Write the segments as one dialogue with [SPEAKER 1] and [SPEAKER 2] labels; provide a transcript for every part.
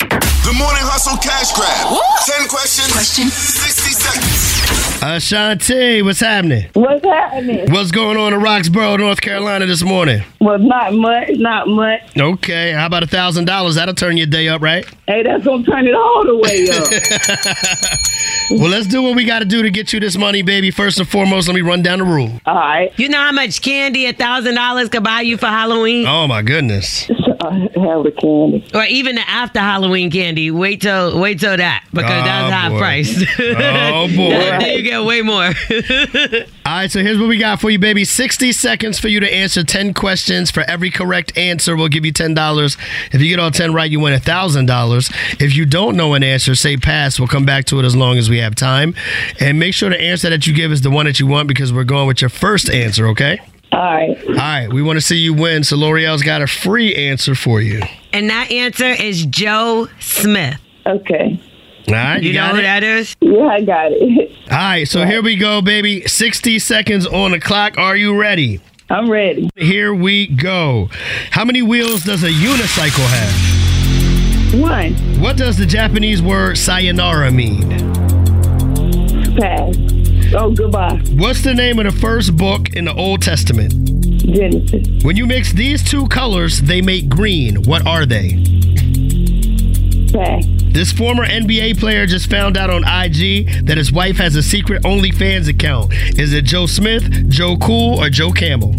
[SPEAKER 1] The morning hustle cash grab. Ten questions. Sixty seconds.
[SPEAKER 2] Ashanti, what's happening?
[SPEAKER 3] What's happening?
[SPEAKER 2] What's going on in Roxborough, North Carolina this morning?
[SPEAKER 3] Well, not much, not much.
[SPEAKER 2] Okay, how about a thousand dollars? That'll turn your day up, right?
[SPEAKER 3] Hey, that's gonna turn it all the way up.
[SPEAKER 2] Well, let's do what we got to do to get you this money, baby. First and foremost, let me run down the rule.
[SPEAKER 3] all right.
[SPEAKER 4] You know how much candy a thousand dollars could buy you for Halloween,
[SPEAKER 2] Oh my goodness!
[SPEAKER 3] I have the Uh, candy.
[SPEAKER 2] Oh.
[SPEAKER 4] or even the after Halloween candy. Wait till wait till that because
[SPEAKER 2] Oh,
[SPEAKER 4] that's high
[SPEAKER 2] boy.
[SPEAKER 4] priced.
[SPEAKER 2] Oh, boy.
[SPEAKER 4] then you get way more.
[SPEAKER 2] All right, so here's what we got for you, baby. Sixty seconds for you to answer ten questions. For every correct answer, we'll give you ten dollars. If you get all ten right, you win thousand dollars. If you don't know an answer, say pass. We'll come back to it as long as we have time. And make sure the answer that you give is the one that you want because we're going with your first answer. Okay.
[SPEAKER 3] All right.
[SPEAKER 2] All right, we want to see you win. So L'Oreal's got a free answer for you.
[SPEAKER 4] and that answer is Joe Smith.
[SPEAKER 3] Okay.
[SPEAKER 2] All right, you,
[SPEAKER 4] You, know
[SPEAKER 2] got
[SPEAKER 4] who
[SPEAKER 2] it.
[SPEAKER 4] that is?
[SPEAKER 3] Yeah, I got it.
[SPEAKER 2] All right, so here we go, baby. 60 seconds on the clock. Are you ready?
[SPEAKER 3] I'm ready.
[SPEAKER 2] Here we go. How many wheels does a unicycle have?
[SPEAKER 3] One
[SPEAKER 2] What does the Japanese word sayonara mean?
[SPEAKER 3] pass. Oh, goodbye,
[SPEAKER 2] What's the name of the first book in the Old Testament?
[SPEAKER 3] Genesis.
[SPEAKER 2] When you mix these two colors, they make green. What are they?
[SPEAKER 3] Pass.
[SPEAKER 2] This former NBA player just found out on IG that his wife has a secret OnlyFans account. Is it Joe Smith, Joe Cool, or Joe Camel?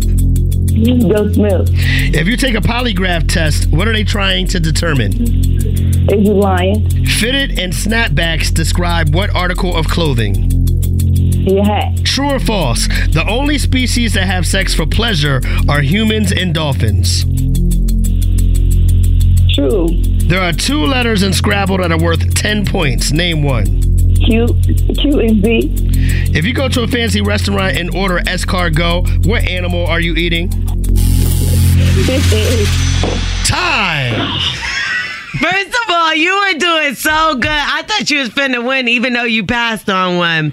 [SPEAKER 3] Joe Smith.
[SPEAKER 2] If you take a polygraph test, what are they trying to determine?
[SPEAKER 3] Is you lying?
[SPEAKER 2] Fitted and snapbacks describe what article of clothing?
[SPEAKER 3] Your hat.
[SPEAKER 2] True or false? The only species that have sex for pleasure are humans and dolphins.
[SPEAKER 3] True.
[SPEAKER 2] There are two letters in Scrabble that are worth 10 points. Name one.
[SPEAKER 3] Q. Q and B.
[SPEAKER 2] If you go to a fancy restaurant and order escargot, what animal are you eating?
[SPEAKER 3] This is
[SPEAKER 2] Time!
[SPEAKER 4] First of all, you were doing so good. I thought you was finna win, even though you passed on one.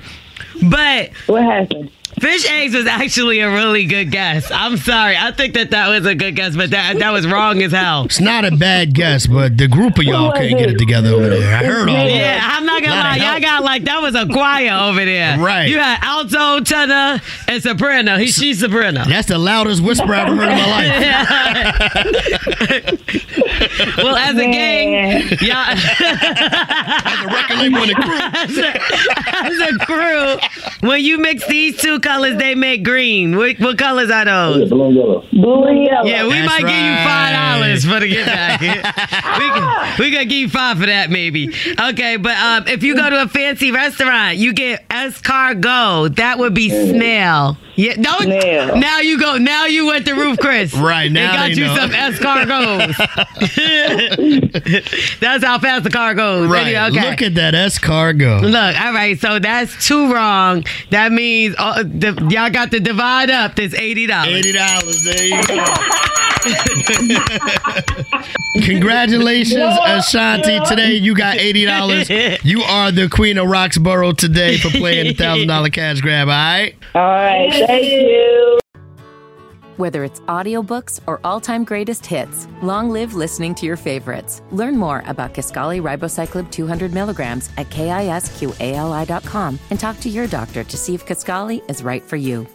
[SPEAKER 4] But
[SPEAKER 3] what happened.
[SPEAKER 4] Fish eggs was actually a really good guess. I'm sorry. I think that that was a good guess, but that that was wrong as hell.
[SPEAKER 2] It's not a bad guess, but the group of y'all
[SPEAKER 3] was
[SPEAKER 2] couldn't get
[SPEAKER 3] it?
[SPEAKER 2] it together over there. I heard all that.
[SPEAKER 4] Yeah, I'm not gonna
[SPEAKER 2] Not
[SPEAKER 4] lie.
[SPEAKER 2] a
[SPEAKER 4] Y'all
[SPEAKER 2] help.
[SPEAKER 4] got like that was a choir over there.
[SPEAKER 2] Right.
[SPEAKER 4] You had alto, tenor, and soprano. He, she's soprano.
[SPEAKER 2] That's the loudest whisper I've ever heard in my life.
[SPEAKER 4] Well, as a gang,
[SPEAKER 3] Man.
[SPEAKER 4] y'all
[SPEAKER 2] The record label and the crew.
[SPEAKER 4] as a crew, when you mix these two colors, they make green. What, what colors are those?
[SPEAKER 3] Blue and yellow.
[SPEAKER 4] Yeah, we
[SPEAKER 2] That's
[SPEAKER 4] might give you five
[SPEAKER 2] right.
[SPEAKER 4] dollars for the gift packet. we, can, we gonna give you five for that, maybe. Okay, but um, if you go to a fancy restaurant, you get escargot. That would be snail. Yeah, no,
[SPEAKER 3] Snail.
[SPEAKER 4] now you go. Now you went the roof, Chris.
[SPEAKER 2] Right, now
[SPEAKER 4] they got
[SPEAKER 2] they
[SPEAKER 4] you
[SPEAKER 2] know.
[SPEAKER 4] some escargots. That's how fast the car goes.
[SPEAKER 2] Right.
[SPEAKER 4] Anyway, okay.
[SPEAKER 2] Look at that escargot.
[SPEAKER 4] Look, all right, so that's two wrong. That means uh, the, y'all got to divide up this eighty dollars.
[SPEAKER 2] Eighty dollars. There you go. Congratulations, Ashanti. Today you got eighty dollars. You are the queen of Roxborough today for playing the thousand dollar cash grab. All right.
[SPEAKER 3] All right. Thank you.
[SPEAKER 5] Whether it's audiobooks or all-time greatest hits, long live listening to your favorites. Learn more about Kaskali Ribocyclib 200 milligrams at kisqali.com and talk to your doctor to see if Kaskali is right for you.